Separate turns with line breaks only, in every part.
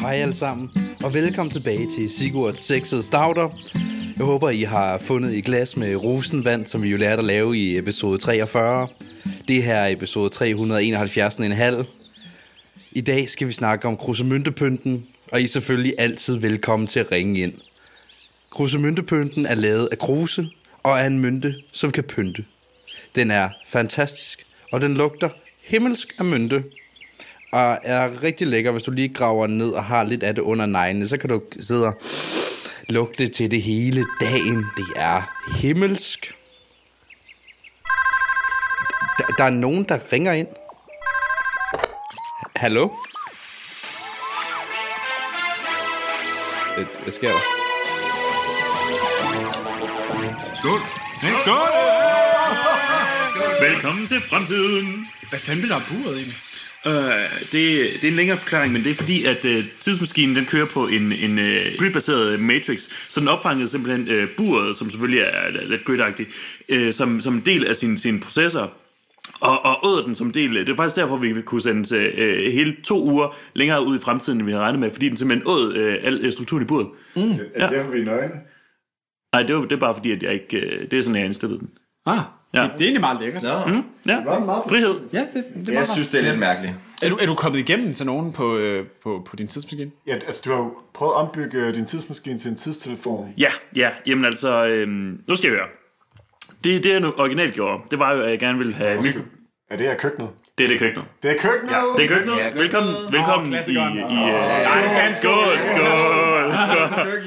hej alle sammen, og velkommen tilbage til Sigurds sexede stauder. Jeg håber, I har fundet i glas med rosenvand, som vi jo lærte at lave i episode 43. Det her er episode 371,5. I dag skal vi snakke om krusemyntepynten, og I er selvfølgelig altid velkommen til at ringe ind. Krusemyntepynten er lavet af kruse og er en mynte, som kan pynte. Den er fantastisk, og den lugter himmelsk af mynte. Og er rigtig lækker, hvis du lige graver den ned og har lidt af det under neglene, så kan du sidde og lugte til det hele dagen. Det er himmelsk. Der, der er nogen, der ringer ind. Hallo? Hvad- Øh, Hvad sker der?
Skål. Skål. Skål.
Velkommen til fremtiden.
Hvad fanden blev der buret egentlig?
Øh, det, det er en længere forklaring, men det er fordi, at øh, tidsmaskinen den kører på en, en øh, gridbaseret matrix, så den opfangede simpelthen øh, buret, som selvfølgelig er lidt- lidt gridagtig, øh, som, som en del af sine, sine processer. Og, og åd den som del. øh, Det er faktisk derfor, vi kunne sende øh, hele to uger længere ud i fremtiden, end vi havde regnet med, fordi den simpelthen åd øh, al øh, strukturen i buret.
Er det derfor, vi er nøgne?
Nej, det, var, det er bare fordi, at jeg ikke... Øh, det er sådan, jeg indstillede den.
Ah,
Ja.
ja. det, det er egentlig meget lækkert. Ja,
Ja, frihed.
det, det er,
Jeg
meget
synes, det er lidt mærkeligt.
er, du, er du kommet igennem til nogen på, øh, på, på din tidsmaskine?
Ja, altså, du har jo prøvet at ombygge din tidsmaskine til en tidstelefon.
Ja, ja, jamen altså, øhm, nu skal jeg høre. Det, det jeg nu originalt gjorde, det var jo, at jeg gerne ville have mikro...
Er det her køkkenet?
Det er det køkkenet.
Det er køkkenet! Ja,
Det er køkkenet.
Ja, køkkenet.
Velkommen, velkommen i... i øh, skål, skål, skål.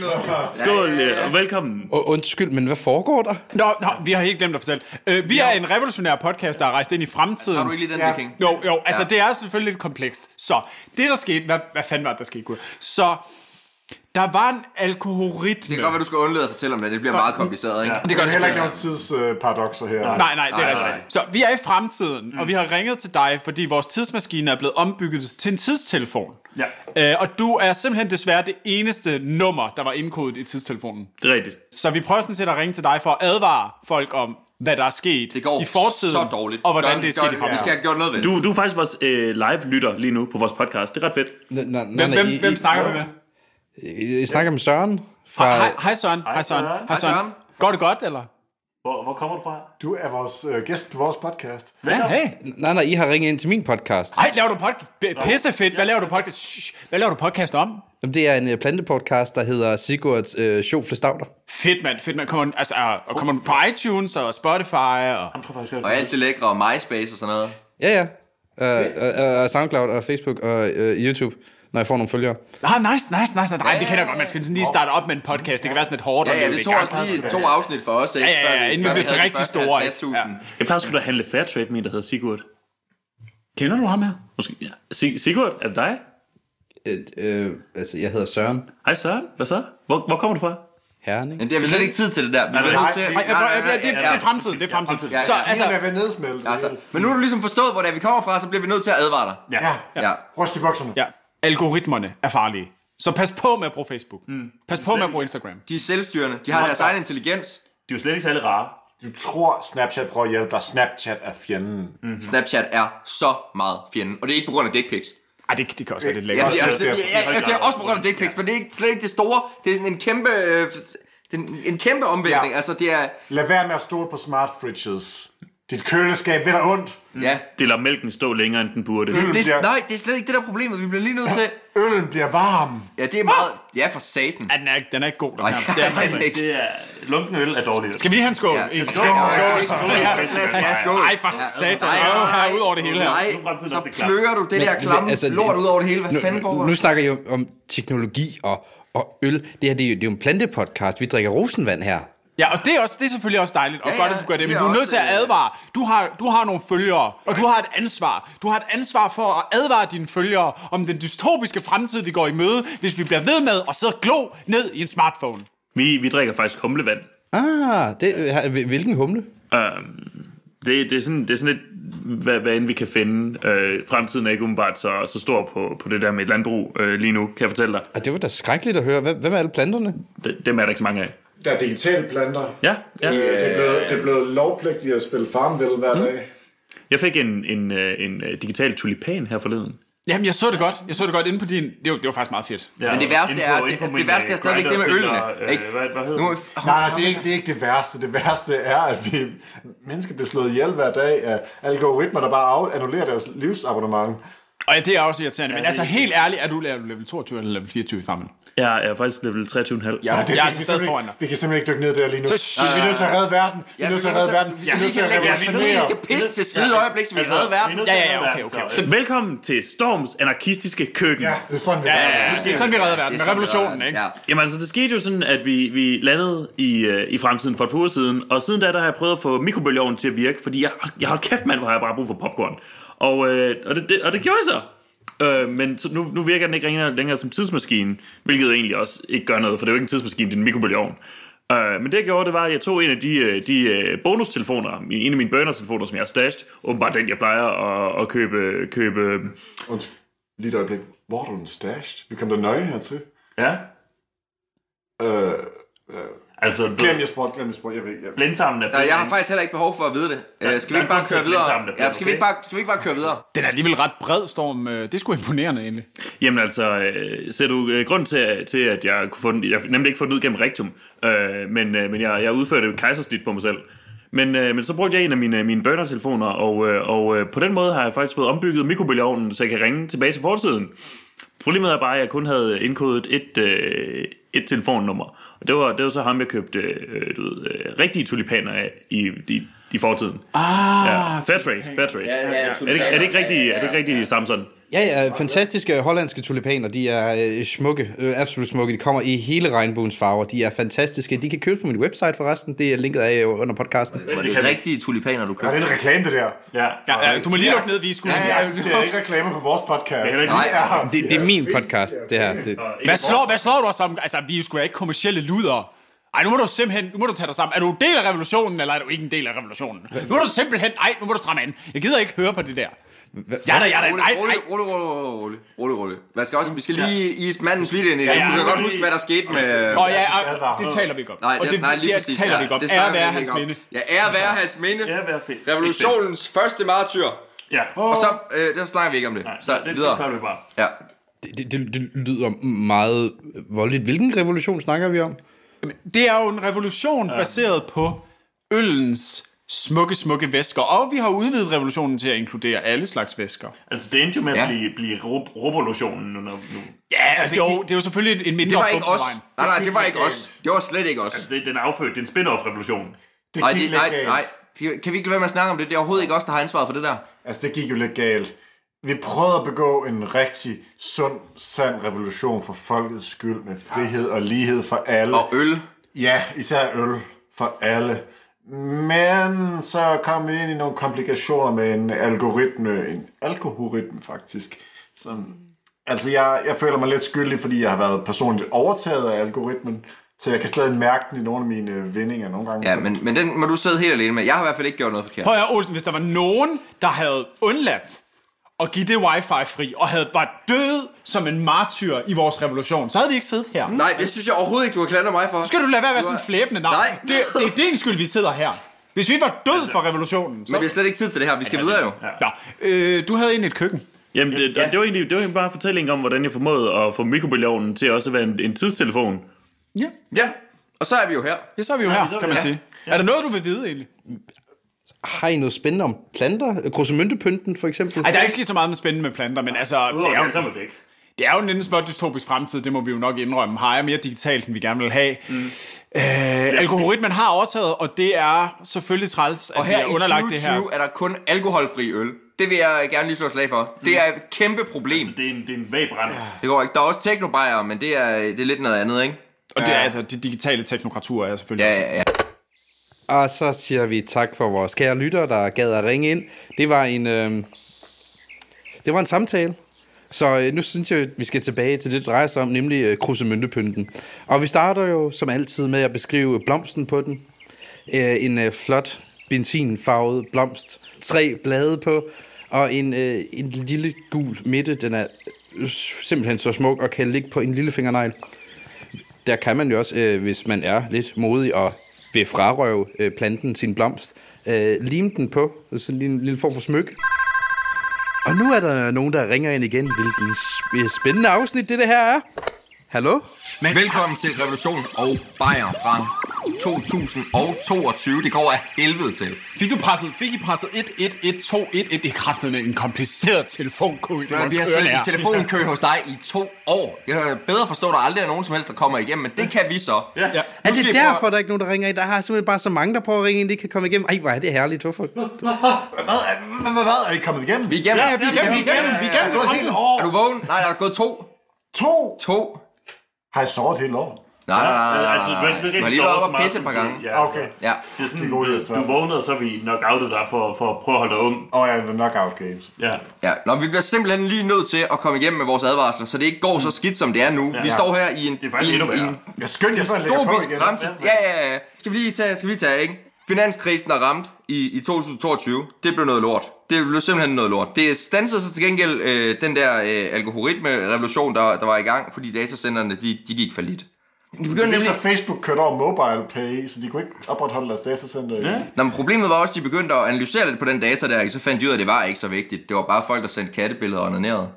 Skål, øh, og velkommen.
Og undskyld, men hvad foregår der?
Nå, nå, vi har helt glemt at fortælle. Øh, vi er en revolutionær podcast, der er rejst ind i fremtiden.
Har du ikke lige den,
Ja.
Viking?
Jo, jo, altså ja. det er selvfølgelig lidt komplekst. Så, det der skete, hvad, hvad fanden var det, der skete, Gud? Så, der var en algoritme.
Det kan godt være, du skal undlade at fortælle om det. Det bliver meget kompliceret, ikke?
det gør
der er heller ikke nogen tidsparadoxer her.
Nej, nej, det er
Nej,
altså
nej.
rigtigt. Så vi er i fremtiden, mm. og vi har ringet til dig, fordi vores tidsmaskine er blevet ombygget til en tidstelefon.
Ja.
Øh, og du er simpelthen desværre det eneste nummer, der var indkodet i tidstelefonen.
Det er rigtigt.
Så vi prøver sådan set at ringe til dig for at advare folk om, hvad der er sket
Det går
i fortiden,
så dårligt.
og hvordan
Gør-
det er
gør
sket i
Vi
fremtiden.
skal have gjort noget ved det.
Du, du er faktisk vores øh, live-lytter lige nu på vores podcast. Det er ret fedt.
N- n- n-
Hvem,
nej,
hvem,
I-
hvem
I-
snakker du med?
I, I snakker med Søren fra...
Hej, hej Søren. Hej Søren. Hej Søren.
Søren.
Går det godt, eller?
Hvor, hvor kommer du fra?
Du er vores øh, gæst på vores podcast.
Ja, hey.
Nej, nej, I har ringet ind til min podcast.
Ej, laver du podcast? Pissefedt. Hvad laver du podcast? Shh. Hvad laver du podcast om?
Jamen, Det er en øh, plantepodcast, der hedder Sigurds øh, Sjofle Stavter.
Fedt, mand. Fedt, man. Kommer, den- altså, er- og kommer den på iTunes og Spotify og...
Og alt det lækre, og MySpace og sådan noget.
Ja, ja. Øh, øh, øh, Soundcloud og Facebook og øh, YouTube, når jeg får nogle følgere.
Ah, nice, nice, nice. nice. Nej, det kender jeg godt. Man skal sådan lige starte op med en podcast. Det kan være sådan lidt hårdt.
Ja,
at
ja,
leve
det
i
tog
gang.
også lige to afsnit for os, ikke?
Ja, ja, ja,
Før
inden vi
før
blev sådan
havde de
rigtig
første
store, ikke?
50.000.
Jeg plejer sgu da at handle fair trade med en, der hedder Sigurd.
Kender du ham her?
Måske, ja. Sig- Sigurd, er det dig?
Øh, øh, altså, jeg hedder Søren
Hej Søren, hvad så? Hvor, hvor kommer du fra?
Herning.
Men det har vi slet ikke tid til det der. Vi bliver
nej,
nødt til...
Nej, jeg, jeg, jeg, det, det er fremtiden. Det er fremtiden.
Ja,
Så
ja.
Altså,
altså,
er ved nedsmelt.
Altså, men nu har du ligesom forstået, hvor det er, vi kommer fra, så bliver vi nødt til at advare dig.
Ja,
Ja.
ryst i bukserne.
Ja, algoritmerne er farlige. Så pas på med at bruge Facebook. Mm. Pas på med at bruge Instagram.
De er selvstyrende. De har deres egen intelligens.
De er jo slet ikke særlig rare.
Du tror, Snapchat prøver at hjælpe dig. Snapchat er fjenden. Mm.
Snapchat er så meget fjenden. Og det er ikke på grund af dick pics.
Ej, det, det kan også være lidt
Ja,
lækkert.
det er,
også-
altså, ja, ja, det er også på grund af dick pics, men det er ikke, slet ikke det store. Det er sådan en kæmpe, øh, det er en- en kæmpe omvæltning.
Ja.
Altså, det er,
Lad være med at stole på smart fridges. Dit køleskab vil dig ondt.
ja.
Mm.
Det lader mælken stå længere, end den burde.
Det
bliver-
er, nej, det er slet ikke det der er problemet. Vi bliver lige nødt til...
Øllen bliver varm.
Ja, det er meget... Ja, for satan.
Ja, den, er, ikke- den er ikke god, den
Nej,
her.
det
Det er
er
den altså ikke.
ikke.
Det er... Lunken øl er dårligt.
Skal vi lige have en skål?
Ja.
En
Skål, skål, skål. Ja, skål.
Ej, for satan. Åh, her ud over det hele her.
Nej,
Nu er fremtiden
så
også klar.
pløger du det der klamme
altså,
lort ud over det hele. Hvad fanden går
nu,
der?
nu snakker jeg jo om teknologi og, og øl. Det her det er, jo, det er jo en plantepodcast. Vi drikker rosenvand her.
Ja, og det er, også, det er selvfølgelig også dejligt, og
Ja,
ja, godt,
ja,
at du gør det,
det
men
er
du er nødt
også,
til at
øh,
advare. Du har, du har nogle følgere, og du har et ansvar. Du har et ansvar for at advare dine følgere om den dystopiske fremtid, vi går i møde, hvis vi bliver ved med at sidde og glo ned i en smartphone.
Vi, vi drikker faktisk humlevand.
Ah, det, har- hvil- hvilken humle?
Det, det, er sådan, det er sådan lidt, hvad, hvad end vi kan finde. Øh, fremtiden er ikke umiddelbart så, så stor på, på det der med landbrug øh, lige nu, kan jeg fortælle dig.
Ah, det var da skrækkeligt at høre. Hvem, hvem er alle planterne?
De, dem er der ikke så mange af.
Der er digitale planter. øh,
Ja, ja.
Det, er blevet, det er blevet lovpligtigt at spille Farmville hver dag.
Jeg fik en, en, øh, en øh, digital tulipan her forleden.
Jamen, jeg så det godt. Jeg så det godt inde på din... Det var, det var faktisk meget fedt.
Ja,
Men det værste
inde
er-
inde
det- altså,
min,
det værste
øh,
er stadigvæk det med
Grindr
ølene,
Tinder, øh,
ikke?
Hvad, hvad hedder
Nu,
det?
Nej, nej, det er, ikke, det er ikke det værste. Det værste er, at vi mennesker bliver slået ihjel hver dag af algoritmer, der bare af- annullerer deres livsabonnement.
Og ja, det er også irriterende. Men
det er
altså,
ikke-
helt ærligt, er du, er du level 22 eller level 24 i farmen?
Ja, jeg er faktisk level 23,5.
Ja,
det,
jeg er
vi
til
kan
stede
simpelthen
foran
ikke-
dig.
Vi kan simpelthen ikke dykke ned der lige nu.
Så-
vi er nødt til at redde verden. Vi er nødt til at redde verden.
altså, Vi
er
skal
nødt
lige
til at
lægge jeres
revolutionere.
strategiske pis til side et øjeblik, så
Altså,
vi kan redde verden.
Ja, ja, ja, okay, okay.
Så velkommen til Storms anarkistiske køkken.
Ja, det er sådan, vi
Ja,
gør
ja, ja. Det er sådan, vi redder verden.
Det
Med
er sådan,
revolutionen,
det er.
ikke?
Ja.
Jamen altså, det skete jo sådan, at vi, vi landede i, øh, i fremtiden for et par uger siden, og siden da, der har jeg prøvet at få mikrobølgeovnen til at virke, fordi jeg, jeg holdt kæft, mand, hvor har jeg bare brug for popcorn. Og, øh, og, det, det, og det gjorde jeg så. Øh, men så nu, nu virker den ikke længere, længere som tidsmaskine, hvilket jo egentlig også ikke gør noget, for det er jo ikke en tidsmaskine, det er en mikrobølgeovn. Øh, men det jeg gjorde, det var, at jeg tog en af de, øh, de øh, bonustelefoner, en af mine burner-telefoner, som jeg har stashed, åbenbart den, jeg plejer at, at købe, købe...
Undskyld. Lige et øjeblik. Hvor har du den stashed? Vi kom der nøgen hertil.
Ja,
Øh,
altså...
glem jeg spurgte, glem jeg spurgte. Jeg ved ikke. jeg-
Blindtarmen er
Nej, jeg har faktisk heller ikke behov for at vide det. Øh, skal vi
der er
ikke bare køre
en grund til,
videre?
at vi alle sammen er blevet,
Ja, skal vi ikke bare, skal vi ikke bare køre videre?
Den er alligevel ret bred, Storm. Øh, Det er sgu imponerende, egentlig.
Jamen altså, øh, ser du øh, grund til, til, at jeg kunne få den, jeg nemlig ikke få den ud gennem rectum, øh, men, øh, men jeg, jeg udførte et kejsersnit på mig selv. Men, øh, men så brugte jeg en af mine, mine burner-telefoner, og, øh, og øh, på den måde har jeg faktisk fået ombygget mikrobølgeovnen, så jeg kan ringe tilbage til fortiden. Problemet er bare, at jeg kun havde indkodet et, øh, et telefonnummer, og det var, det var så ham, jeg købte øh, du ved, øh, rigtige tulipaner af i, i, i fortiden. Ah, ja. Fair trade, fair trade. Ja, ja, er, det, ikke- er det ikke rigtigt, er det ikke rigtigt Samson?
Ja, ja, fantastiske hollandske tulipaner, de er øh, smukke, øh, absolut smukke. De kommer i hele regnbuens farver, de er fantastiske. De kan købes på min website forresten, det er linket af øh, under podcasten.
Var det rigtige tulipaner, du
Er
købte?
det en reklame, det der?
Ja.
Ja, ja, du må lige lukke ned, vi skulle.
Ja, ja.
Det er ikke reklamer på vores podcast.
heller ikke-
Nej.
Ja.
Det, det er min podcast, det her. Det,
Hvad slår, hvad slår du os om? Altså, vi er sgu da ikke kommersielle luder. Ej, nu må du simpelthen, nu må du tage dig sammen. Er du en del af revolutionen, eller er du ikke en del af revolutionen? Nu må du simpelthen, ej, nu må du stramme an. Jeg gider ikke høre på det der. Ja da, ja da,
Rolig,
nej, nej.
rolig, rolig, rolig, rolig, rolig, rolig. Man skal også, vi skal lige is mandens lidt ind i det.
ja,
Du kan
ja.
godt huske, hvad der skete med...
Nå ja, ej, det taler vi ikke om.
Nej,
Og
det, nej, lige
det
præcis.
taler
ja.
vi ikke om.
Det
Ære
snakker
være
vi
hans
ikke om.
minde.
Ja, ære være hans minde.
Ære være fedt.
Revolutionens første martyr.
Ja.
Og så, øh, der snakker vi ikke om det. Så
det,
videre.
Det, det vi bare.
Ja.
det, det, det lyder meget voldeligt. Hvilken revolution snakker vi om?
Det er jo en revolution baseret på øllens smukke, smukke væsker. Og vi har udvidet revolutionen til at inkludere alle slags væsker.
Altså, det endte jo med
Ja.
at blive, blive rob- revolutionen nu. når- nu.
Ja, altså, jo, det er jo selvfølgelig en mindre
Det var ikke
bump på
os.
vejen.
Nej, nej, det var ikke os. Det var slet ikke os.
Altså, det, den er affødt. Det er en spin-off-revolution.
Det
Nej,
gik
det,
lidt
nej,
galt.
nej. Kan vi ikke lade være med at snakke om det? Det er overhovedet ikke os, der har ansvaret for det der.
Altså, det gik jo lidt galt. Vi prøvede at begå en rigtig sund, sand revolution for folkets skyld med frihed og lighed for alle.
Og øl.
Ja, især øl for alle. Men så kom vi ind i nogle komplikationer med en algoritme, en alkohoritme faktisk. Som, altså, jeg, jeg føler mig lidt skyldig, fordi jeg har været personligt overtaget af algoritmen. Så jeg kan stadig mærke den i nogle af mine vindinger nogle gange.
Ja,
Så-
men, men den må du sidde helt alene med. Jeg har i hvert fald ikke gjort noget forkert.
Prøv at høre, Olsen, hvis der var nogen, der havde undladt at give det wifi fri, og havde bare død som en martyr i vores revolution, så havde vi ikke siddet her.
Nej, det synes jeg overhovedet ikke, du har klandret mig for.
Nu skal Mm. du lade være med
Du
sådan en
er-
flæbende navn.
Nej.
Det, det er din skyld, vi sidder her. Hvis vi var død for revolutionen, så...
Men vi har slet ikke tid til det her. Vi skal videre jo.
Nå, øh, du havde egentlig et køkken.
Jamen, det, ja. det, var egentlig, det var egentlig bare fortællingen om, hvordan jeg formåede at få mikrobølgeovnen til også at være en, en tidstelefon.
Ja,
Ja, og så er vi jo her.
ja så er vi jo her, kan man sige. Er der noget, du vil vide egentlig?
Har I noget spændende om planter? Grosemyntepynten for eksempel?
Ej, der er ikke sket så meget med spændende med planter, men altså, det er jo
sammen væk.
Det er jo en lidt små dystopisk fremtid, det må vi jo nok indrømme. Har jeg mere digitalt, end vi gerne vil have? Mm. Øh, algoritmen har overtaget, og det er selvfølgelig træls, at
Og her
vi er
i
underlagt det her.
2020 er der kun alkoholfri øl. Det vil jeg gerne lige slå et slag for. Det er et kæmpe problem.
Det er en, det er en vabrænd.
Det går ikke. Der er også teknobajer, men det er, det er lidt noget andet, ikke?
Og det er altså, de digitale teknokraturer er selvfølgelig
Ja,
også.
ja, ja.
Og så siger vi tak for vores kære lytter, der gad at ringe ind. Det var en, øh, det var en samtale. Så øh, nu synes jeg, at vi skal tilbage til det, det drejer sig om, nemlig øh, krusemyntepynten. Og vi starter jo som altid med at beskrive blomsten på den. Øh, en øh, flot benzinfarvet blomst. Tre blade på. Og en, øh, en lille gul midte. Den er øh, simpelthen så smuk og kan ligge på en lille fingernegl der kan man jo også, øh, hvis man er lidt modig og vil frarøve øh, planten sin blomst, øh, lime den på, sådan en lille form for smykke. Og nu er der nogen, der ringer ind igen. Hvilken sp- øh, spændende afsnit det, det her er. Hallo?
Mads,
Velkommen til Revolution og Bayer fra 2022. Det går af helvede til.
Fik du presset, fik I presset 1, 1, 1, 2, 1, 1? Det er kraftedeme en kompliceret telefonkode,
Når
hvor
vi har
kører
siddet i
nær.
telefonkø hos dig i to år. Jeg kan bedre forstå, at der aldrig er nogen som helst, der kommer igennem, men det kan vi så. Ja.
Ja.
Er det derfor, der er ikke nogen, der ringer ind? Der er simpelthen bare så mange, der prøver at ringe ind, de ikke kan komme igennem. Ej, hvor er det herligt. Hvorfor?
Hvad, hvad, hvad, hvad? Er I kommet igennem?
Vi er igennem.
Ja, vi er igennem, vi er igennem, vi er igennem
Det
til
var et helt
fremtiden.
Er
år.
du vågen? Nej, der er gået to.
To?
To.
Har jeg sovet et helt år?
Nej, nej, nej, nej, nej,
Altså, du har
nej.
ikke
Du
rigtig
har lige
sovet
været
så
oppe og
meget,
pisse
som
et par
du-
gange.
Ja, altså,
Okay.
Ja.
Det er sådan,
Det er gode
du,
lister.
du vågnede, og så er vi nok outet dig for, for at prøve at holde dig ung.
Og ja, The Knockout Games.
Ja.
Ja, Nå, vi bliver simpelthen lige nødt til at komme igennem med vores advarsler, så det ikke går så skidt, som det er nu. Ja. Vi står her i en, det
er faktisk
i, en,
endnu
i
værre.
en
Jeg skyndte jer, før jeg lægger på
dystopisk
igen.
fremtid. Ja, ja, ja. Skal vi lige tage, skal vi lige tage, ikke? Finanskrisen er ramt i, i 2022. Det blev noget lort. Det blev simpelthen noget lort. Det stansede så til gengæld øh, den der øh, algoritme-revolution, der, der var i gang, fordi datacenterne, de, de gik for lidt. Det begyndte
Det er
nemlig...
så Facebook kørte over mobile pay, så de kunne ikke opretholde deres datacenter. Ja.
Nå, men problemet var også, at de begyndte at analysere lidt på den data der, ikke? så fandt de ud af, at det var ikke så vigtigt. Det var bare folk, der sendte kattebilleder og onanerede.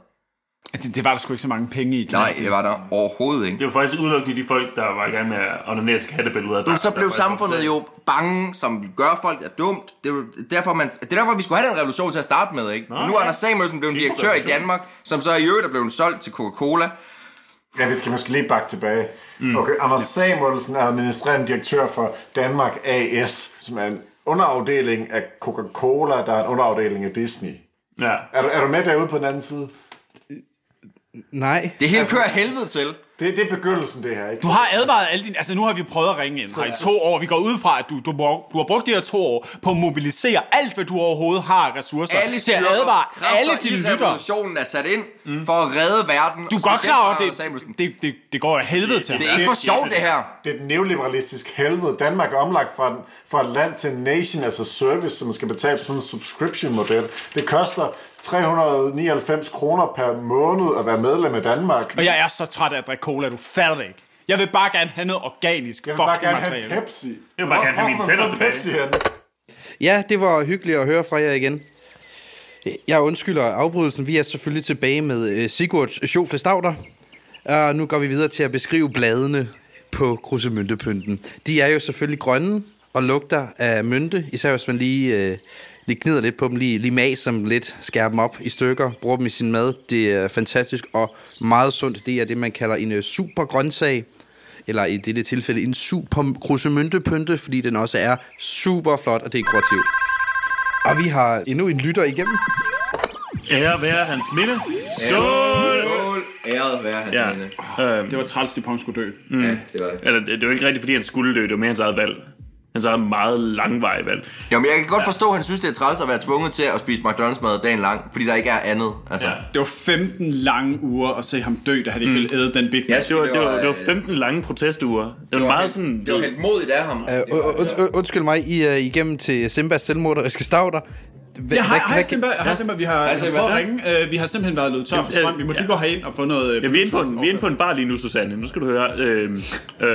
Altså, Det, det var der sgu ikke så mange penge i, kan
Nej,
man sige.
det var der overhovedet ikke.
Det var faktisk udelukkende de folk, der var i gang med at onanere sig kattebilleder.
Men så blev samfundet jo bange, som gør folk er dumt. Det er, jo derfor, man, det er derfor, vi skulle have den revolution til at starte med, ikke? Nå, nu er
ja.
Anders Samuelsen blevet
Det er en
direktør i
revolution.
Danmark, som så i øvrigt er blevet solgt til Coca-Cola.
ja, vi skal måske lige bakke tilbage. Mm. Okay, Anders Samuelsen er administrerende direktør for Danmark AS, som er en underafdeling af Coca-Cola, der er en underafdeling af Disney.
Ja.
Er du, er du med derude på den anden side?
Nej.
Det hele kører helvede til.
Det, det er begyndelsen, det her, ikke?
Du har advaret alle dine... Altså, nu har vi prøvet at ringe ind her i to år. Vi går ud fra, at du, du, må- du har brugt de her to år på at mobilisere alt, hvad du overhovedet har af ressourcer
Alle
til at
styrker,
advare
kræfter
alle
i
dine lyttere.
revolutionen er sat ind mm. for at redde verden.
Du
og
er godt
specielt
klar over,
Anders
det,
Samuelsen.
det, det, det går af helvede til.
Det er ikke for sjovt, det her.
Det er et neoliberalistisk helvede. Danmark er omlagt fra, fra et land til en nation, altså service, som man skal betale på sådan en subscription-model. Det koster 399 kroner per måned at være medlem af Danmark.
Og jeg er så træt af at drikke cola, du fatter det ikke. Jeg vil bare gerne have noget organisk
Jeg vil bare
fucking
gerne have en
materiale.
Pepsi. Jeg
vil bare gerne have mine tænder tilbage.
Pepsi hen?
Ja, det var hyggeligt at høre fra jer igen. Jeg undskylder afbrydelsen. Vi er selvfølgelig tilbage med øh, Sigurds sjofle stavter. Og nu går vi videre til at beskrive bladene på krusemyntepynten. De er jo selvfølgelig grønne og lugter af mynte, især hvis man lige, øh, lige knider lidt på dem, lige, lige maser dem lidt, skærer dem op i stykker, bruger dem i sin mad. Det er fantastisk og meget sundt. Det er det, man kalder en øh, super grøntsag eller i dette tilfælde en super krusemyntepynte, fordi den også er super flot og dekorativ. Og vi har endnu en lytter igennem.
Ære være hans minde. Skål!
Skål, æret være hans
Ja.
minde.
Øhm,
Det var træls, at Pong skulle dø.
Ja, det var det.
eller, det det var ikke rigtigt, fordi han skulle dø. Det var mere hans eget valg. Hans eget meget langvarige valg.
Jamen, jeg kan godt forstå, at han synes, det er træls at være tvunget til at spise McDonald's-mad dagen lang, fordi der ikke er andet. Altså.
Ja.
Det var 15 lange uger at se ham dø, da han ikke ville æde den Big Mac.
Jeg
Det
synes,
var, det var, det var
øh,
15 lange protestuger. Det var,
det var
meget
helt-
sådan...
Det var helt modigt af ham.
Øh, und- und- und- Undskyld mig, I er igennem til Simbas selvmorderiske stavter. Hva-
Ja, hej,
hva-
hej
hva-
Simba, hej Simba, vi har
Simba.
prøvet at ringe, øh, vi har simpelthen været løbet tør for
Ja,
strøm, vi må
ja.
lige gå herind og få noget... øh,
Ja, vi er inde på en, vi er inde på en bar lige nu, Susanne. Nu skal du høre. Øh, øh,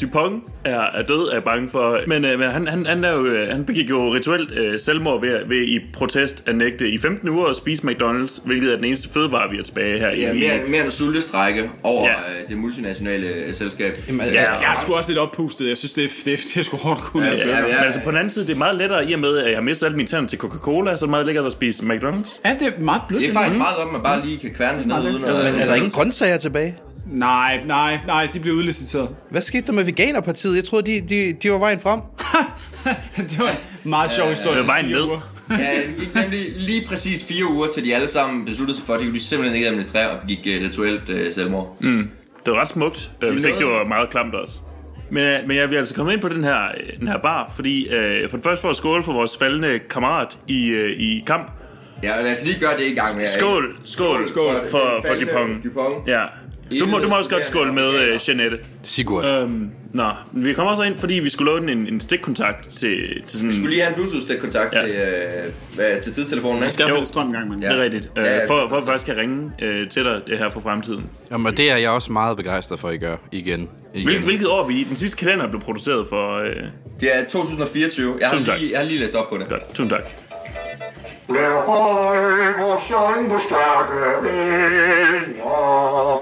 Dupont er, er død, er jeg bange for. Men, øh, men han, han, han, er jo, øh, han begik jo rituelt øh, selvmord ved, ved i protest at nægte i 15 uger at spise McDonald's, hvilket er den eneste fødevare, vi har tilbage her
Ja,
i, i
mere, mere en sultestrække over
Ja.
ja. det multinationale øh, selskab.
Jamen,
Øh,
ja.
Jeg er sgu også lidt oppustet, jeg synes, det er, det er, det er sgu hårdt kunne ja,
ja,
ja.
Men
ja.
altså på den anden side, det er meget lettere i og med, at jeg har mistet alle mine tænder til Coca-Cola, så er det meget lækkert at spise McDonald's.
ja, det er meget blødt.
Det er
mm-hmm.
faktisk meget godt, at man bare lige kan kværne det ned uden at...
Er der ingen grøntsager tilbage?
Nej, nej, nej, de blev udliciteret.
Hvad skete der med Veganerpartiet? Jeg troede, de, de, de var vejen frem.
det var en meget sjov historie.
Øh, vejen
Fire
ned.
uger.
Ja, det gik nemlig lige præcis fire uger, til de alle sammen besluttede sig for, at de ville simpelthen ikke administrere og gik uh, rituelt uh, selvmord. Mm.
Det var ret smukt, øh, hvis ikke det var meget klamt også. Men, øh, men jeg vil altså komme ind på den her, øh, den her bar, fordi øh, for det første for at skåle for vores faldende kammerat i, øh, i kamp.
Ja, og lad os lige gøre det i gang med.
Skål, skål, skål
for-
for, for
faldende
Dupont.
Dupont.
Ja. Du må, du må også godt skåle med øh, Jeanette.
Sigurd.
Øhm, nå, vi kommer også ind, fordi vi skulle lave en, en en stikkontakt til, til sådan...
Du skulle lige have en Bluetooth-kontakt ja. til, uh, hvad, til tidstelefonen, ikke?
Der
Jo.
blev strøm i gang, mand.
Det er rigtigt. Øh,
Ja, ja,
for, for at faktisk kan ringe øh, til dig øh, her for fremtiden.
Jamen, og det er jeg også meget begejstret for, at I gør igen.
Hvilket,
igen.
hvilket år vi i? Den sidste kalender blev produceret for... Øh,
Det er 2024. Jeg har,
Tusind tak.
lige, jeg har lige læst op på det.
godt, tusind tak.
Lad mig vores
Sjoving på stærke vinger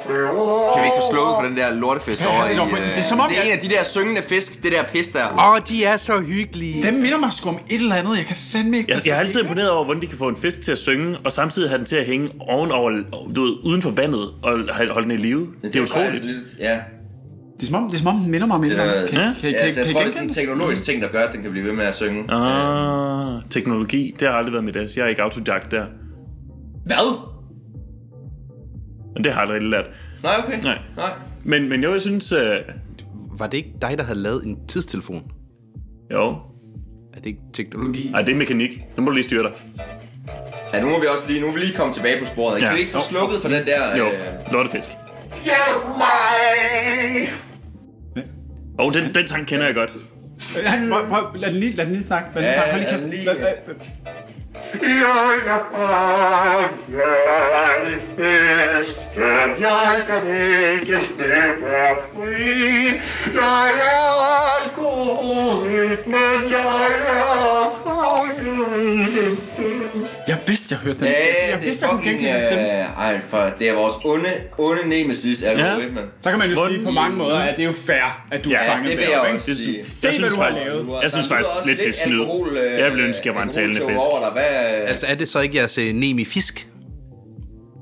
Kan vi ikke få slukket for den der lortefest over i...
det var
Øh,
for-
det,
det er som om,
det er en
jeg-
af de der syngende fisk, det der pis der.
Åh, oh, de er så hyggelige.
Den minder mig sgu om et eller andet, jeg kan fandme ikke...
Jeg, jeg er altid imponeret over, hvordan de kan få en fisk til at synge, og samtidig have den til at hænge ovenover, du ved, uden for vandet, og have- holde den i live. Det er utroligt.
Ja,
Det er som om, det er, som om den minder mig om et eller andet. Kan,
Ja.
kan, kan,
ja
kan,
så jeg
kan,
tror,
kan,
det er sådan en teknologisk ting, der gør, at den kan blive ved med at synge.
Ah, teknologi, det har aldrig været mit as. Jeg er ikke autodidakt der.
Hvad?
Men det har jeg aldrig lært.
Nej, okay.
Nej.
Nej.
Men, men jo, jeg synes... Øh,
Var det ikke dig, der havde lavet en tidstelefon?
jo,
Er det ikke teknologi?
Ej, det er mekanik. Nu må du lige styre dig.
Ja, nu må vi også lige, nu må vi lige komme tilbage på sporet. Ikke?
Ja.
Kan vi ikke få
Jo.
slukket for den der...
Jo,
Øh,
lortefisk.
Hjælp mig
Og oh, den, den sang kender jeg godt.
Prøv, prøv, lad den lige, lad den lige snakke. Lad den
Ja,
lige snakke. Hold lige
lad den lige-
kæft. Lad, lad, lad.
Jeg er fanget i fisken Jeg kan ikke slippe fri Jeg er alkoholik Men jeg er fanget i fisken
Jeg vidste, jeg hørte den.
Ja,
jeg
det
vidste,
er
jeg kunne
fucking...
genkende den stemme.
Øh, ej, for det er vores onde, onde nemesis algoritmen. Ja.
Så kan man jo
Hvor-
sige på mange måder, at det er jo fair, at du
Ja,
er fanget
det vil
deroppe,
jeg
ikke?
også sige.
Jeg
hvad
synes
du har
faktisk-
lavet.
Jeg synes
Der lyder
faktisk
også
lidt, det er snyd.
alkohol, øh,
Jeg ville ønske, jeg var en talende
alkoholtog
fisk.
Over, dig. hvad,
Altså, er det så ikke jeres øh, nemi fisk?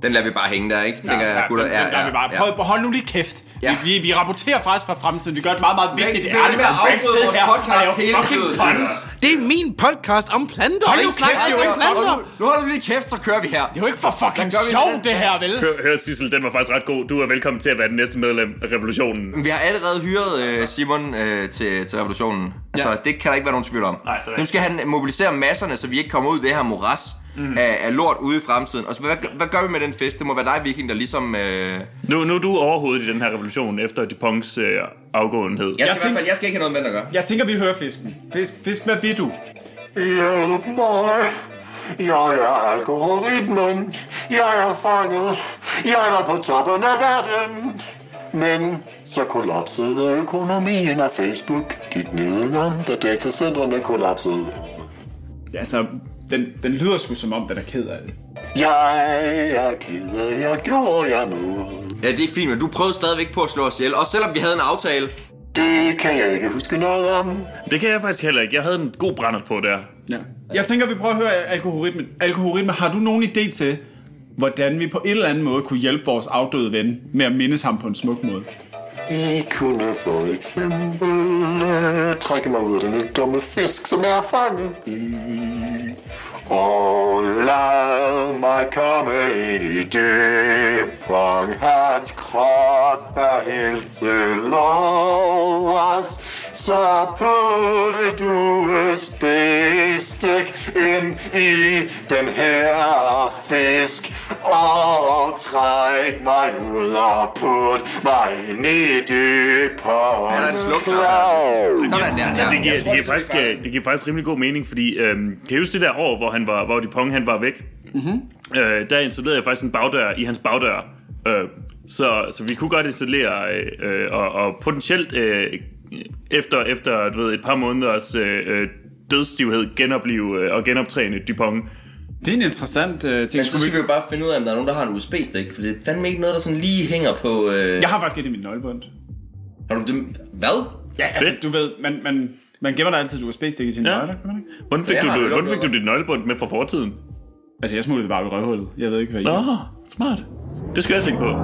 Den lader vi bare hænge der, ikke? Tænker jeg, gutter.
den- den lader vi bare. Prøv, hold nu lige kæft.
Ja.
Ja. Vi, vi, vi rapporterer faktisk fra fremtiden. Vi gør et meget, meget vigtigt
Væk med
ærligt
det med at
projekt.
afbryde
Sidde
vores
her og
podcast
lave
hele
fucking
tiden.
puns.
Det er min podcast om planter, og I snakker
kæft,
om
det er jo-
planter!
nu, nu holder vi lige kæft, så kører vi her.
Det er jo ikke for fucking
Hvad gør vi med
sjov,
den?
det her, vel?
Hør, hør Sissel, den var faktisk ret god. Du er velkommen til at være den næste medlem af revolutionen.
Vi har allerede hyret øh, Simon øh, til, til revolutionen. Altså, ja. det kan der ikke være nogen tvivl om.
Nej, det er rigtigt.
nu skal han mobilisere masserne, så vi ikke kommer ud i det her moras mm. af, af lort ude i fremtiden. Og så, hvad, hvad gør vi med den fest? Det må være dig, Viking, der ligesom... Øh... Jeg,
Nu, nu er du overhovedet i den her revolution efter Duponts øh, afgåenhed.
skal
hvert fald- tænker-
jeg skal ikke have noget med at gøre.
Jeg tænker, vi hører fisken. Fisk, fisk, hvad vil du?
Hjælp mig Jeg er algoritmen Jeg er fanget Jeg var på toppen af verden men så kollapsede økonomien af Facebook, gik nedenom, da datacentrene kollapsede.
Ja, altså, den, den lyder sgu som om, den er ked af det.
Jeg er ked af, jeg gjorde jer noget.
Ja, det er fint, men du prøvede stadigvæk på at slå os ihjel. Også selvom vi havde en aftale.
Det kan jeg ikke huske noget om.
Det kan jeg faktisk heller ikke. Jeg havde en god brænder på der.
Ja. Jeg tænker, vi prøver at høre algoritmen. Algoritmen, har du nogen idé til, hvordan vi på en eller anden måde kunne hjælpe vores afdøde ven med at mindes ham på en smuk måde?
I kunne for eksempel øh, trække mig ud af den dumme fisk, som jeg er fanget i. Og lad mig komme ind i det fang. Hans krop er helt til lovers. Så putte du et spidstik ind i den her fisk. Og træk mig ud og put mig ind i det pang.
Han er en sluknap. Sådan der. Ja.
Det giver, det, giver faktisk, øh, det giver faktisk rimelig god mening, fordi øhm, kan I huske det der år, hvor, han var, hvor Dupont han var væk? Mm-hmm. Øh, der installerede jeg faktisk en bagdør i hans bagdør. Øh, så, så vi kunne godt installere, øh, øh, og, og potentielt øh, efter, efter du ved, et par måneders øh, øh, dødsstivhed genopleve øh, og genoptræne Dupont.
Det er en interessant uh, ting.
Men så
Skulle
skal vi
vi...
jo bare finde ud af, om der er nogen, der har en USB-stik. For det er fandme ikke noget, der sådan lige hænger på... Øh...
Jeg har faktisk et i min nøglebund.
Har du det? Hvad?
Ja, altså,
Fedt.
du ved, man, man, man gemmer da altid et USB-stik i sine
Ja.
ja. nøgler, kan man ikke?
Hvordan fik,
Ja,
du,
jeg har
du,
det
hvordan
godt
fik du dit nøglebund med fra fortiden?
Altså, jeg smuttede det bare ved røvhullet. Jeg ved ikke, hvad I...
Nå, oh, smart. Det skal jeg tænke på.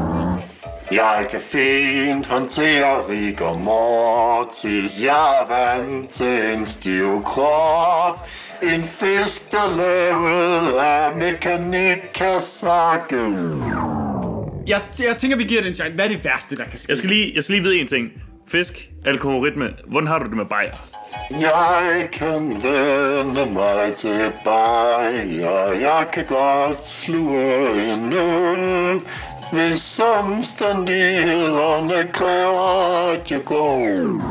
Jeg kan fint håndtere Rick og Mortis. Jeg er vant til en stiv krop. En fisk, der lavet af mekanik, kan snakke.
Jeg, jeg tænker, vi giver det en chance. Hvad er det værste, der kan ske?
Jeg skal lige, jeg skal lige vide en ting. Fisk, alkoholrytme. Hvordan har du det med bajer?
Jeg kan vende mig tilbage, og jeg kan godt sluge en øl, hvis omstændighederne kræver, at jeg går.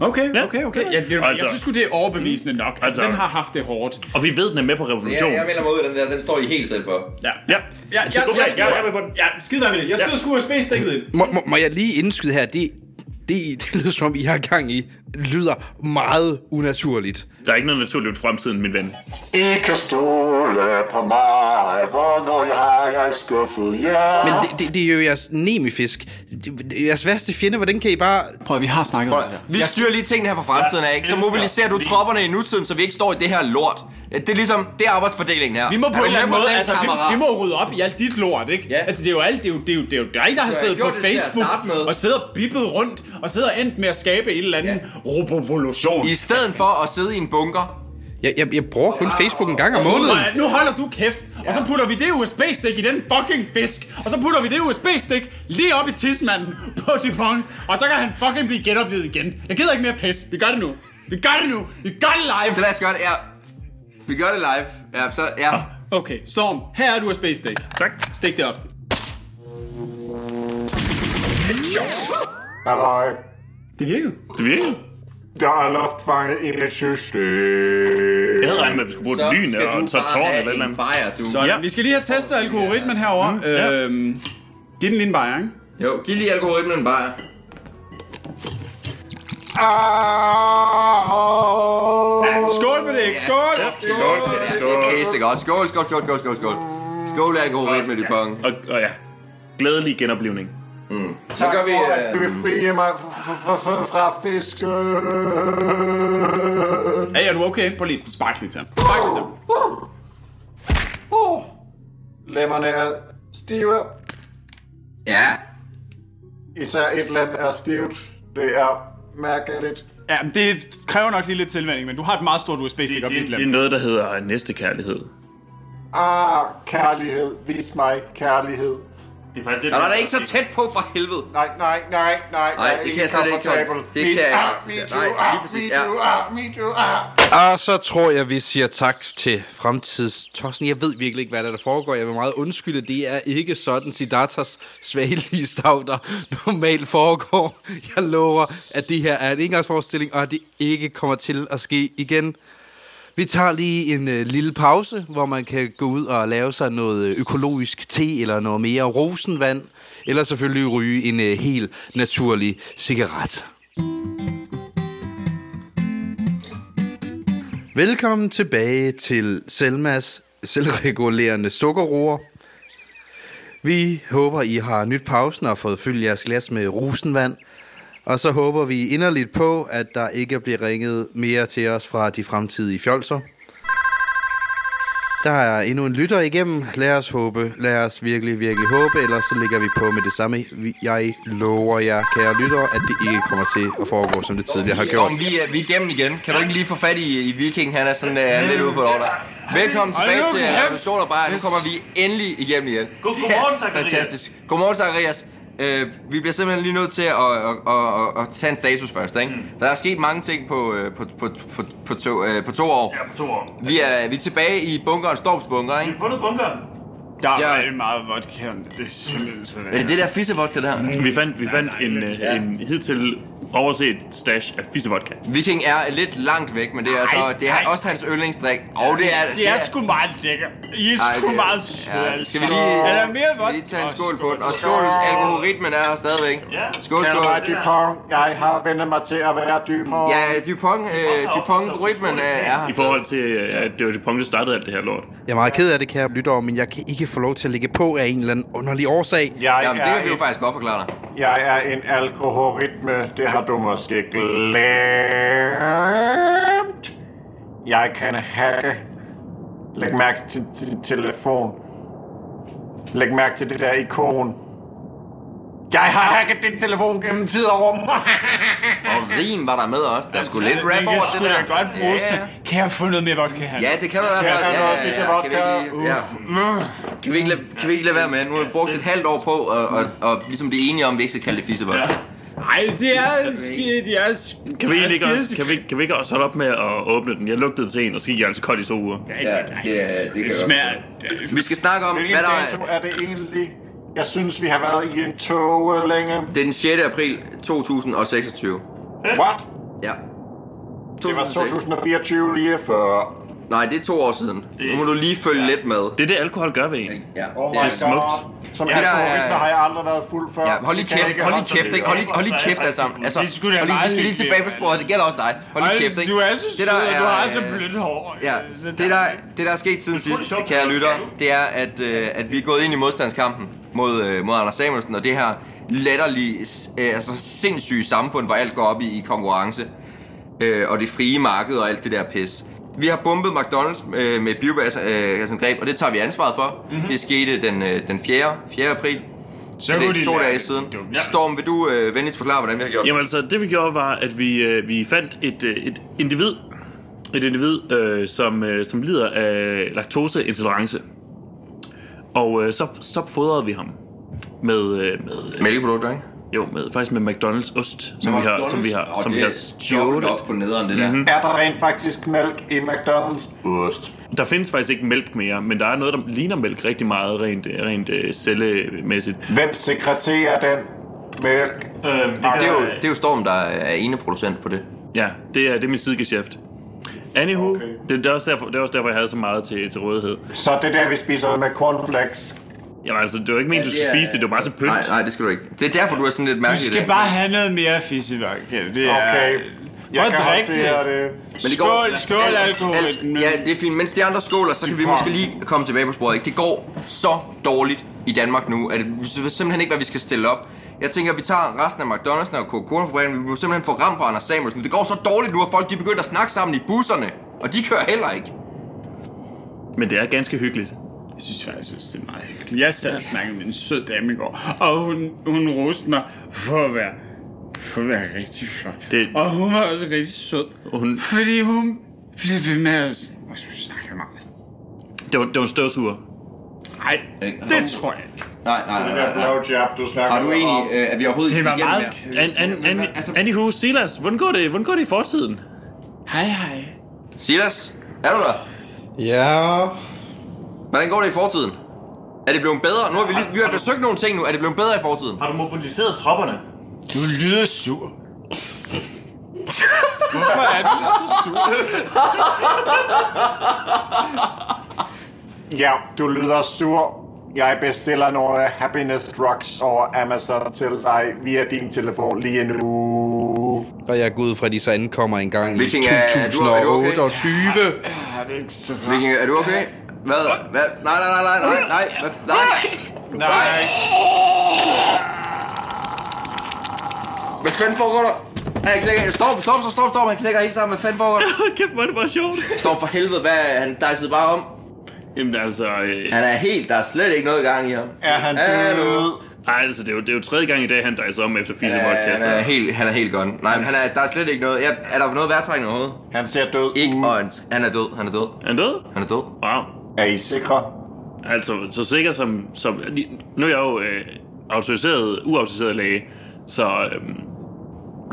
Okay,
Ja.
okay, okay. Jeg, ved du, altså,
Altså-
jeg synes sgu, det er overbevisende nok. Altså,
Altså-
altså, den har haft det hårdt.
Og vi ved, den er med på
Ja,
revolutionen.
jeg melder mig ud af den der. Den står I helt selv for.
Ja.
Ja,
Ja,
så
ja,
god
ja,
dag. Jeg er med på den.
Ja, skid dig med det. Jeg skyder sgu USB-stikket ind.
Må, må, må jeg lige indskyde her, det, det, det lyder som om, I har gang i lyder meget unaturligt.
Der er ikke noget naturligt i fremtiden, min ven.
I kan stole på mig, hvornår jeg har jeg skuffet jer.
Men det, det, det er jo jeres nemifisk. Det- det er Jeres værste fjende, hvordan kan I bare...
Prøv at, vi har snakket om det der.
Vi styrer lige tingene her fra fremtiden af, ikke? Så mobiliserer du tropperne i nutiden, så vi ikke står i det her lort. Det er ligesom, det er arbejdsfordelingen her.
Vi må på
Er
en
du
eller anden
med på
måde,
den,
altså, vi,
kammerat?
vi må rydde op i alt dit lort, ikke?
Ja.
Altså, det er jo alt, det er jo, det er jo, det er jo dig, der har
har
siddet på
gjort det til at
Facebook
starte med.
og sidder bippet rundt og sidder endt med at skabe en eller anden robovolution.
I stedet for at sidde i en bunker,
Jeg, jeg, jeg bruger kun Facebook en gang om måneden.
Nu- Nu holder du kæft, og så putter vi det USB-stik i den fucking fisk, og så putter vi det USB-stik lige op i tidsmanden på Dupont, og så kan han fucking blive genoplevet igen. Jeg gider ikke mere pis. Vi gør det nu. Vi gør det nu. Vi gør det
så
live.
lad os gøre det. Ja. Vi gør det live. Ja, så ja.
Ah, Okay, Storm, her er et USB-stik.
Tak.
Stik det op.
Halløj.
Det virkede.
Det virker.
Der er luftfanget i mit system.
Jeg havde regnet med, at vi skulle bruge
Så
et lyn
skal
og
du
så
bare
tårn
have
eller et eller
en
andet.
bajer, du.
Sådan.
Ja.
Vi skal lige have testet algoritmen herovre. Mm,
ja.
øhm, giv den lige en bajer, ikke?
Jo, giv lige algoritmen en bajer.
Skål på det, ikke? Skål!
Skål, skål.
Okay, så godt. Skål, skål, skål, skål, skål, skål. Skål, algoritme,
Ja.
Dupont.
Og, og ja, glædelig genoplevning.
Så gør vi...
Du
Øh,
befrier mig fra, fra, fra, fra fiske.
Ja, ja, du er okay. Prøv lige at spark lige til ham. Spark lige til ham.
Lemmerne er stive.
ja.
Især et land er stivt. Det er mærkeligt.
Ja, men det kræver nok lige lidt tilvænning, men du har et meget stort USB-stik
Det,
op i dit
det, det er
lem.
noget, der hedder næstekærlighed.
Ah, kærlighed. Vis mig kærlighed.
Det er faktisk det,
Nå, der er da ikke så tæt på, for helvede.
Nej, nej, nej, nej.
Nej, det kan jeg slet ikke. Det kan jeg ikke. Nej,
ikke. Me too,
lige
ah,
præcis,
me
ja.
too, ah, me too, ah.
Og så tror jeg, vi siger tak til fremtidstossen. Jeg ved virkelig ikke, hvad der, der foregår. Jeg vil meget undskylde, det er ikke sådan, Siddharthas svagelige stavter normalt foregår. Jeg lover, at det her er en engangsforestilling, og at det ikke kommer til at ske igen. Vi tager lige en øh, lille pause, hvor man kan gå ud og lave sig noget øh, økologisk te eller noget mere rosenvand. Eller selvfølgelig ryge en øh, helt naturlig cigaret. Velkommen tilbage til Selmas selvregulerende sukkerroer. Vi håber, I har nyt pausen og fået fyldt jeres glas med rosenvand. Og så håber vi inderligt på, at der ikke bliver ringet mere til os fra de fremtidige fjolser. Der er endnu en lytter igennem. Lad os håbe. Lad os virkelig, virkelig håbe. Ellers så ligger vi på med det samme. Vi- Jeg lover jer, kære lyttere, at det ikke kommer til at foregå, som det tidligere har gjort.
Storm, vi er, vi er igennem igen. Kan du ikke lige få fat i, i Viking? Han er sådan uh, lidt ude på lørdag. Velkommen tilbage
Hold nu
til øh,
kæft.
Revolution og Bajer. Nu kommer vi endelig igennem igen.
God- godmorgen,
Det er
Zacharias.
Fantastisk. Godmorgen, Zacharias. Øh, vi bliver simpelthen lige nødt til at, at, at, at, at tage en status først, ikke? Der er sket mange ting på, øh, på, på, på, på, to, øh, på to år.
på to år.
Vi er, vi er tilbage i bunkeren, Storms bunker, ikke?
har fundet bunkeren.
Der er
Ja.
ja. meget vodka. om Det Det er simpelthen så
Er det det der fissevodka der?
Vi fandt, vi fandt en, øh, en hidtil overset stash af fissevodka.
Viking er lidt langt væk, men det er, altså, det er også hans yndlingsdrik. Og det er...
Det er sgu meget lækker. I er
Ej,
sgu
det-
meget søde,
ja,
altså.
skal vi lige-
Er der mere
Vi
vodka?
lige tage en
Åh,
skål på den. Og skål, algoritmen er her stadigvæk.
Ja.
Skål,
Jeg
skål.
var Dupont. Jeg har vendt mig til at være Dupont.
Ja, Dupont, øh, Dupont-algoritmen er, er
I
her.
forhold til, øh, at det var det punkt, der startede alt det her lort.
Jeg er meget ked af det, kære lyttere, men jeg kan ikke få lov til at ligge på af en eller anden underlig årsag.
Jeg,
Jamen, det
er
kan vi jo
en,
faktisk godt forklare dig.
jeg er en alkoholrytme. Det har du måske glemt. Jeg kan hacke. Læg mærke til, til din telefon. Læg mærke til det der ikon. Jeg har hacket din telefon gennem tid over mig.
Og rim var der med også. Der skulle lidt rap
kan
over det
sgu
der.
da godt bruge
Ja,
til.
ja.
Kan jeg få noget mere vodka her?
Ja, det kan du i hvert fald.
Ja,
Ja,
der er noget
ja,
pisse
ja. Kan vi
vodka.
ikke lige, ja. Kan vi ikke, lade, kan vi ikke lade være med? Nu har vi brugt et halvt år på, og, og, og ligesom det er enige om, at vi ikke skal kalde det fissevodka.
Nej, det er skidt. Det er sk-
Kan vi,
det er
egentlig ikke også,
skide-
kan, vi, kan vi ikke også holde op med at åbne den? Jeg lugtede til en, og så gik jeg altså koldt i to uger.
Ej, det- ej,
Ja, det kan
det
jeg
smager...
Vi skal snakke om,
Hvilken
hvad der er...
dato er det egentlig? Jeg synes, vi har været i en tog længe.
Det er den 6. april 2026.
What?
Ja.
Det var
2006.
2024 lige før.
Nej, det er to år siden. Nu må du lige følge lidt med.
Det er det, alkohol gør ved en.
Ja,
Oh
det
my
er
smukt.
God. Som
Ja.
ja,
Det der er-
algoritmer har jeg aldrig været fuld før.
Ja, hold lige
Det kan jeg
kæft,
ikke
hold lige
rette mig
kæft,
til.
ikke? Hold lige, hold lige kæft, altså. altså
Det skulle da
hold lige, vi
meget
skal lige
lidt
tilbage på
mere,
sporet, det gælder også dig. Hold lige kæft, ikke?
Du er så sød, og du har så
øh,
blødt hår.
Ja,
Så
det der, det der er sket siden sidst, kære lytter, det er, at, øh, at vi er gået ind i modstandskampen mod, øh, mod Anders Samuelsen, og det her latterlige, s- øh, altså sindssyge samfund, hvor alt går op i, i konkurrence, øh, og det frie marked og alt det der pis. Vi har bumpet McDonald's øh, med biogasangreb, øh, og det tager vi ansvaret for. Mm-hmm. Det skete den, øh, den 4. 4. april,
så
så
kunne
det
de
er to
være
dage siden.
dumme.
Storm, vil du øh, venligst forklare, hvordan vi har gjort det?
Jamen altså, det vi gjorde var, at vi, øh, vi fandt et, øh, et individ, et individ øh, som, øh, som lider af laktoseintolerance. Og øh, så, så fodrede vi ham med, øh, med,
Mælkeprodukter, ikke?
jo, med, faktisk med McDonald's ost, som vi har, som vi har,
Og
som vi
det er
har
dobbelt
stjålet.
op på nederen, det der. Mm-hmm.
Er der rent faktisk mælk i McDonald's? Ost.
Der findes faktisk ikke mælk mere, men der er noget, der ligner mælk rigtig meget rent, øh, rent øh, cellemæssigt.
Hvem sekreterer den mælk?
Øh, det,
Ah, Det er, jo, det er jo Storm, der er ene producent på det.
Ja, det er, det er min sidegeschæft. Anywho, okay.
Okay.
det, det, er også derfor, det er også derfor, jeg havde så meget til, til rådighed.
Så det der, vi spiser med cornflakes.
Jamen altså, det var ikke meningen, du skulle spise det, det var bare så pynt.
Nej, nej, det skal du ikke. Det er derfor, du er sådan lidt
Du
mærkelig i
skal
dag.
bare have noget mere fisseværk. Det er...
Okay.
Prøv
Jeg
at
kan
drikke
håndtere
det.
det.
Men det
Skål, skål, alkoholen.
Ja, det er fint. Mens de andre skåler, så kan vi måske lige komme tilbage på sporet. Ikke? Det går så dårligt i Danmark nu, at vi ved simpelthen ikke, hvad vi skal stille op. Jeg tænker, at vi tager resten af McDonald's og Coca-Cola-fabrikken. Vi må simpelthen få ramt på Anders Samuelsen. Det går så dårligt nu, at folk de begynder at snakke sammen i busserne. Og de kører heller ikke.
Men det er ganske hyggeligt.
Jeg synes faktisk, jeg synes, det er meget hyggeligt. Jeg sad og snakkede med en sød dame i går, og hun, hun roste mig for at være, for at være rigtig flot.
Det-
Det... Og hun var også rigtig sød,
Hun-
fordi hun blev ved med at... s- Jeg synes, hun snakkede meget.
Det var, det var en støvsuger.
Øh,
Nej, det tror jeg ikke.
Nej, nej,
Det
nej.
der
nej, nej.
blowjob, du snakker
Er du enig, øh, at vi overhovedet
Det var
igennem
meget...
her?
An, an, an,
men altså-
Anywho, Silas, hvordan går det, hvordan går det i fortiden?
Hej, hej.
Silas, er du der?
Ja,
Hvordan går det i fortiden? Er det blevet bedre? Nu har vi lige vi har forsøgt nogle ting nu. Er det blevet bedre i fortiden?
Har du mobiliseret tropperne?
Du lyder sur. Hvorfor er du så sur?
øh-
Ja, du lyder sur. Jeg bestiller nogle happiness drugs over Amazon til dig via din telefon lige nu.
og jeg går ud fra, at de så ankommer en gang i
Viking, er- er du- er du okay?
2028.
Ja, det er ikke så rart.
Viking, er du okay? Hvad? Hvad? Nej, nej, nej, nej, nej, nej, hvad? nej, nej. Hvad fanden foregår der? Ej, Jeg knækker, stop, stop, stop, stop, stop, han knækker helt sammen, hvad fanden foregår der?
Hold kæft, hvor er det bare sjovt.
Stop for helvede, hvad, han dejsede bare om.
Jamen altså, øh,
Han er helt, der er slet ikke noget gang i ham.
Er han
Hallo.
død?
ej, altså det, er jo, det er jo tredje gang i dag, han dejser om efter fisse
Ja,
podcast.
han er helt, han er helt gone. Nej, men han er, der er slet ikke noget, ja, er der noget værtrækning overhovedet?
Han ser død
Ikke,
ud.
og han, han er død, han er død,
Er han død?
han er død.
Wow.
Er I sikre?
Altså, så sikker som... som nu er jeg jo øh, autoriseret, uautoriseret læge, så... Øh,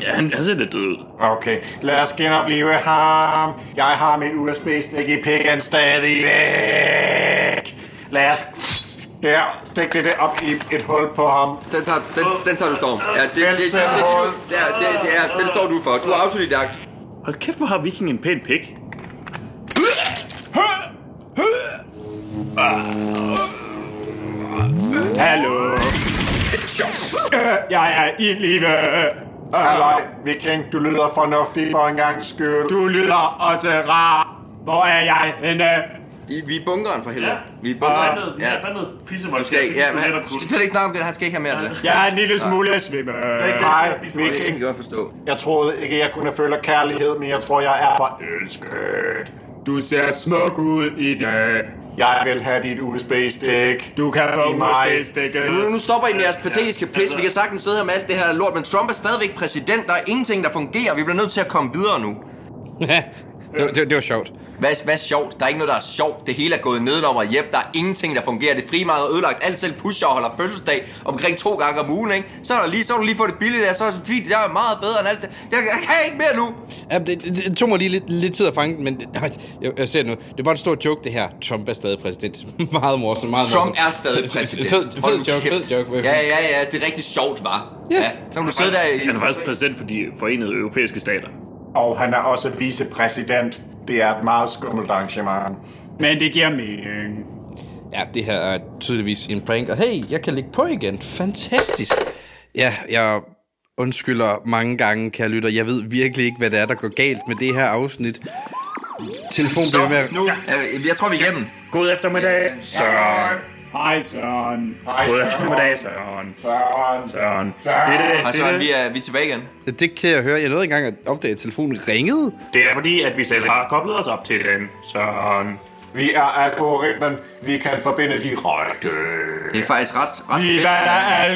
ja, han, han ser lidt død ud.
Okay, lad os genopleve ham. Jeg har mit USB-stik i pikken stadigvæk. Lad os... Her, stik det der op i et hul på ham.
Den tager, den, den tager du storm. Ja, det, det, det, det, det, det, det, det, det, er, den står du for. Du er autodidakt.
Hold kæft, hvor har viking en pæn
Ah,
pik.
Hallo. Øh,
Jeg er i live.
Halløj, Øh, viking, du lyder fornuftig for en gang skyld.
Du lyder også rar. Hvor er jeg henne?
I, vi er i bunkeren for helvede.
Ja.
Vi er i bunkeren.
Ja.
Ja.
Der er noget pissevold.
Du skal ikke, ja, men han, du skal slet ikke snakke om det, han skal ikke have mere af det. der.
Jeg er en lille smule svimme.
Nej,
Det kan
viking,
jeg godt forstå.
jeg troede ikke, jeg kunne føle kærlighed, men jeg tror, jeg er forelsket.
Du ser smuk ud i dag.
Jeg vil have dit USB-stik.
Du kan få
I mig.
USB-stikket.
Nu, nu stopper I med jeres patetiske pis. Vi kan sagtens sidde her med alt det her lort, men Trump er stadigvæk præsident. Der er ingenting, der fungerer. Vi bliver nødt til at komme videre nu.
det, var- det, var- det var sjovt.
Hvad, hvad er sjovt? Der er ikke noget, der er sjovt. Det hele er gået nedenom og hjem. Der er ingenting, der fungerer. Det frie marked er ødelagt. Alt selv pusher og holder fødselsdag omkring to gange om ugen, ikke? Så er der lige, så har du lige fået det billigt der. Så er det fint. Jeg er meget bedre end alt det. Jeg, jeg kan ikke mere nu.
Ja, det, det, det tog mig lige lidt, lidt tid at fange den, men nej, jeg, jeg ser det nu. Det er bare en stor joke, det her. Trump er stadig præsident. meget morsomt, meget
Trump
morsomt.
er stadig præsident.
Fed, fed,
Hold
fed
nu
joke,
kæft.
fed joke.
Ja, ja, ja, det er rigtig sjovt, var. Ja.
Ja.
ja. Så kan du sidde der i...
Han er faktisk præsident for de forenede europæiske stater.
Og han er også vicepræsident. Det er et meget skummelt arrangement.
Men det giver mening.
Ja, det her er tydeligvis en prank, og hey, jeg kan ligge på igen. Fantastisk. Ja, jeg undskylder mange gange, kære lytter. Jeg ved virkelig ikke, hvad det er, der går galt med det her afsnit. Telefonen
Så,
bliver med...
nu, øh, jeg tror, vi er igennem.
God eftermiddag, Søren.
Hej, Søren.
God eftermiddag, Søren.
Søren.
Søren. Det er det.
Hej
Det er,
Søren,
det.
Altså, vi er, vi er tilbage igen.
Det kan jeg høre. Jeg nåede ikke engang at opdage, at telefonen ringede.
det er fordi, at vi selv har koblet os op til den, Søren.
Vi er algoritmen. Vi kan forbinde direkte.
Det er faktisk ret, ret
Viva
fedt.
la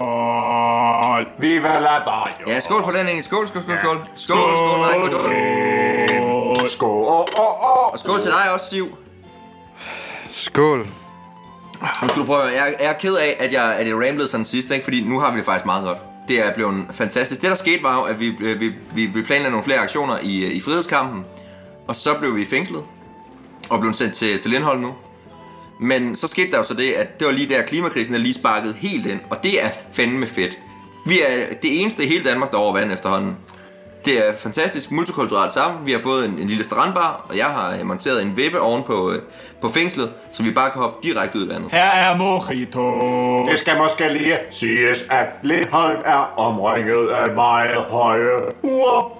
alkohol.
Viva la radio.
Ja, skål for den egentlig. Skål, skål, skål, skål. Skål, skål, nej, skål.
Skål. Åh, åh, åh.
Og skål til dig også, Siv.
Skål.
Nu skal du prøve. at høre. Jeg, jeg er ked af, at jeg, at jeg ramblede sådan sidst, ikke? fordi nu har vi det faktisk meget godt. Det er blevet fantastisk. Det, der skete, var jo, at vi, øh, vi, vi, vi planlagde nogle flere aktioner i, øh, i frihedskampen, og så blev vi fængslet og blev sendt til, til Lindholm nu. Men så skete der jo så det, at det var lige der, klimakrisen er lige sparket helt ind, og det er fandme fedt. Vi er det eneste i hele Danmark, der er over vand efterhånden. Det er fantastisk multikulturelt sammen. Vi har fået en, en lille strandbar, og jeg har øh, monteret en vippe oven på, øh, på fængslet, så vi bare kan hoppe direkte ud i vandet.
Her er mojito.
Det skal måske lige siges, at Lindholm er omringet af meget høje uger.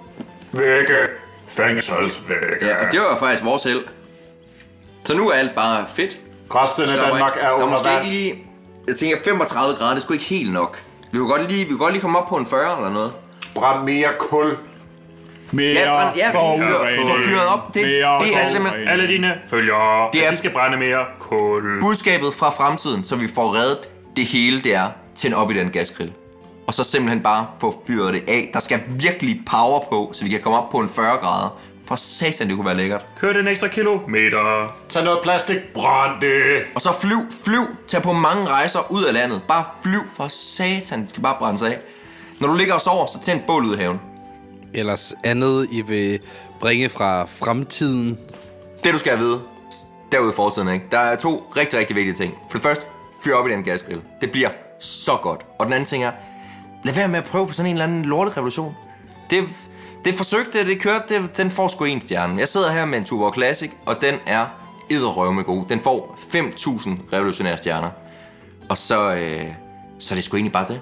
Vægge. Fængselsvægge.
Ja, og det var faktisk vores held. Så nu er alt bare fedt.
Resten af
Så
Danmark er
der er
under
måske
vand.
ikke lige... Jeg tænker, 35 grader, det er sgu ikke helt nok. Vi kunne godt lige, vi kunne godt lige komme op på en 40 eller noget.
Brænd mere kul.
Mere
Ja, brænd- ja,
forurening.
få fyret op. Det,
Mere
det er
forurening.
simpelthen
Alle dine følgere,
Det er-
at de skal brænde mere kul.
budskabet fra fremtiden, så vi får reddet det hele, det er. Tænd op i den gasgrill. Og så simpelthen bare få fyret det af. Der skal virkelig power på, så vi kan komme op på en 40 grader. For satan, det kunne være lækkert.
Kør den ekstra kilometer.
Tag noget plastik. Brænd det.
Og så flyv, flyv, tag på mange rejser ud af landet. Bare flyv for satan, det skal bare brænde sig af. Når du ligger og sover, så tænd et bål ud i haven.
Ellers andet, I vil bringe fra fremtiden.
Det du skal have at vide, derude i fortiden, ikke? der er to rigtig, rigtig vigtige ting. For det første, fyr op i den gasgrill. Det bliver så godt. Og den anden ting er, lad være med at prøve på sådan en eller anden lorterevolution. Det, det forsøgte, det kørte, det, den får sgu en stjerne. Jeg sidder her med en Tuborg Classic, og den er edderrøvme god. Den får 5.000 revolutionære stjerner. Og så, øh, så er det sgu egentlig bare det.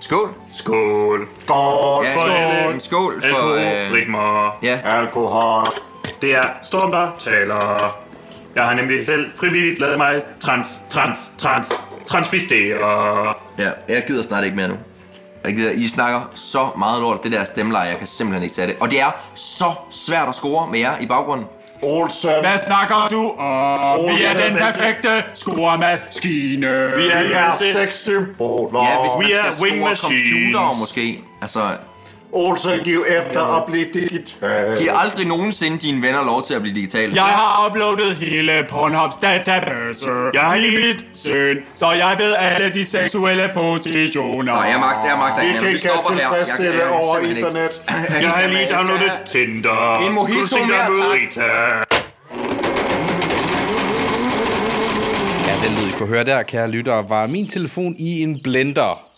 Skål!
Skål.
Skål.
Ja,
alle.
skål, en skål for... Øh,
Algoritmer.
ja,
Alkohol.
Det er Storm, der taler. Jeg har nemlig selv frivilligt lavet mig trans, trans, trans, transvestere.
ja, jeg gider snart ikke mere nu. Jeg gider, I snakker så meget lort, det der stemmeleje, jeg kan simpelthen ikke tage det. Og det er så svært at score med jer i baggrunden.
Olsen.
Hvad snakker du om? Vi er den perfekte scoremaskine.
Vi
Vi er
er,
seks symboler.
Ja, hvis
We
man
are
skal score
wing machines.
computere måske. Altså,
Olsen, giv efter og bliv digital.
giv aldrig nogensinde dine venner lov til at blive digitale.
Jeg har uploadet hele Pornhubs database
Jeg-
i mit søn, så jeg ved alle de seksuelle positioner.
Nå, jeg magter, jeg magter
Vi
ikke.
kan
mere. Vi
ikke have
stopper her. Jeg, jeg,
tilfredsstille
kan
over
simpelthen ikke.
internet.
jeg har
Jeg
lige
skal have-
downloadet Tinder.
En mojito
Du tænker
mere,
mod
tak.
Rita.
Ja, den lyd, I kunne høre der, kære lyttere, var min telefon i en blender.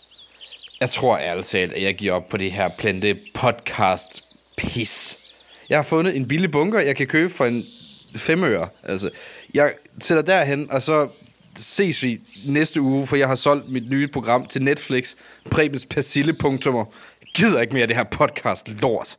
Jeg tror ærligt talt, at jeg giver op på det her plante podcast pis. Jeg har fundet en billig bunker, jeg kan købe for en femøre. Altså, jeg sætter derhen, og så ses vi næste uge, for jeg har solgt mit nye program til Netflix, Prebens Persille-punktummer. Jeg gider ikke mere det her podcast lort.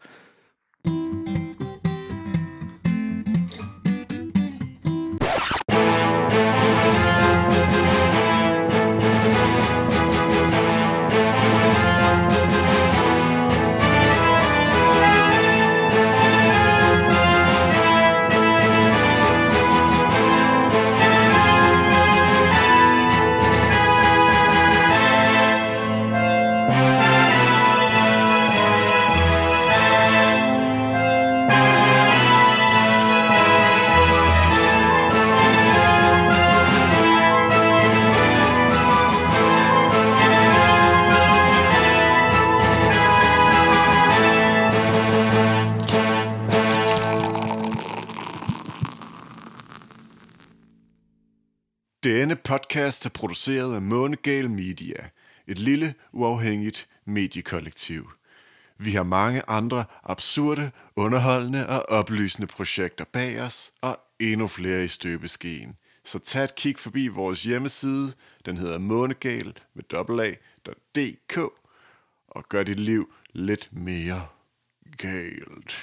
Denne podcast er produceret af Månegal Media, et lille, uafhængigt mediekollektiv. Vi har mange andre absurde, underholdende og oplysende projekter bag os, og endnu flere i støbeskeen.
Så tag et kig forbi vores hjemmeside, den hedder månegal med dobbeltag.dk, og gør dit liv lidt mere galt.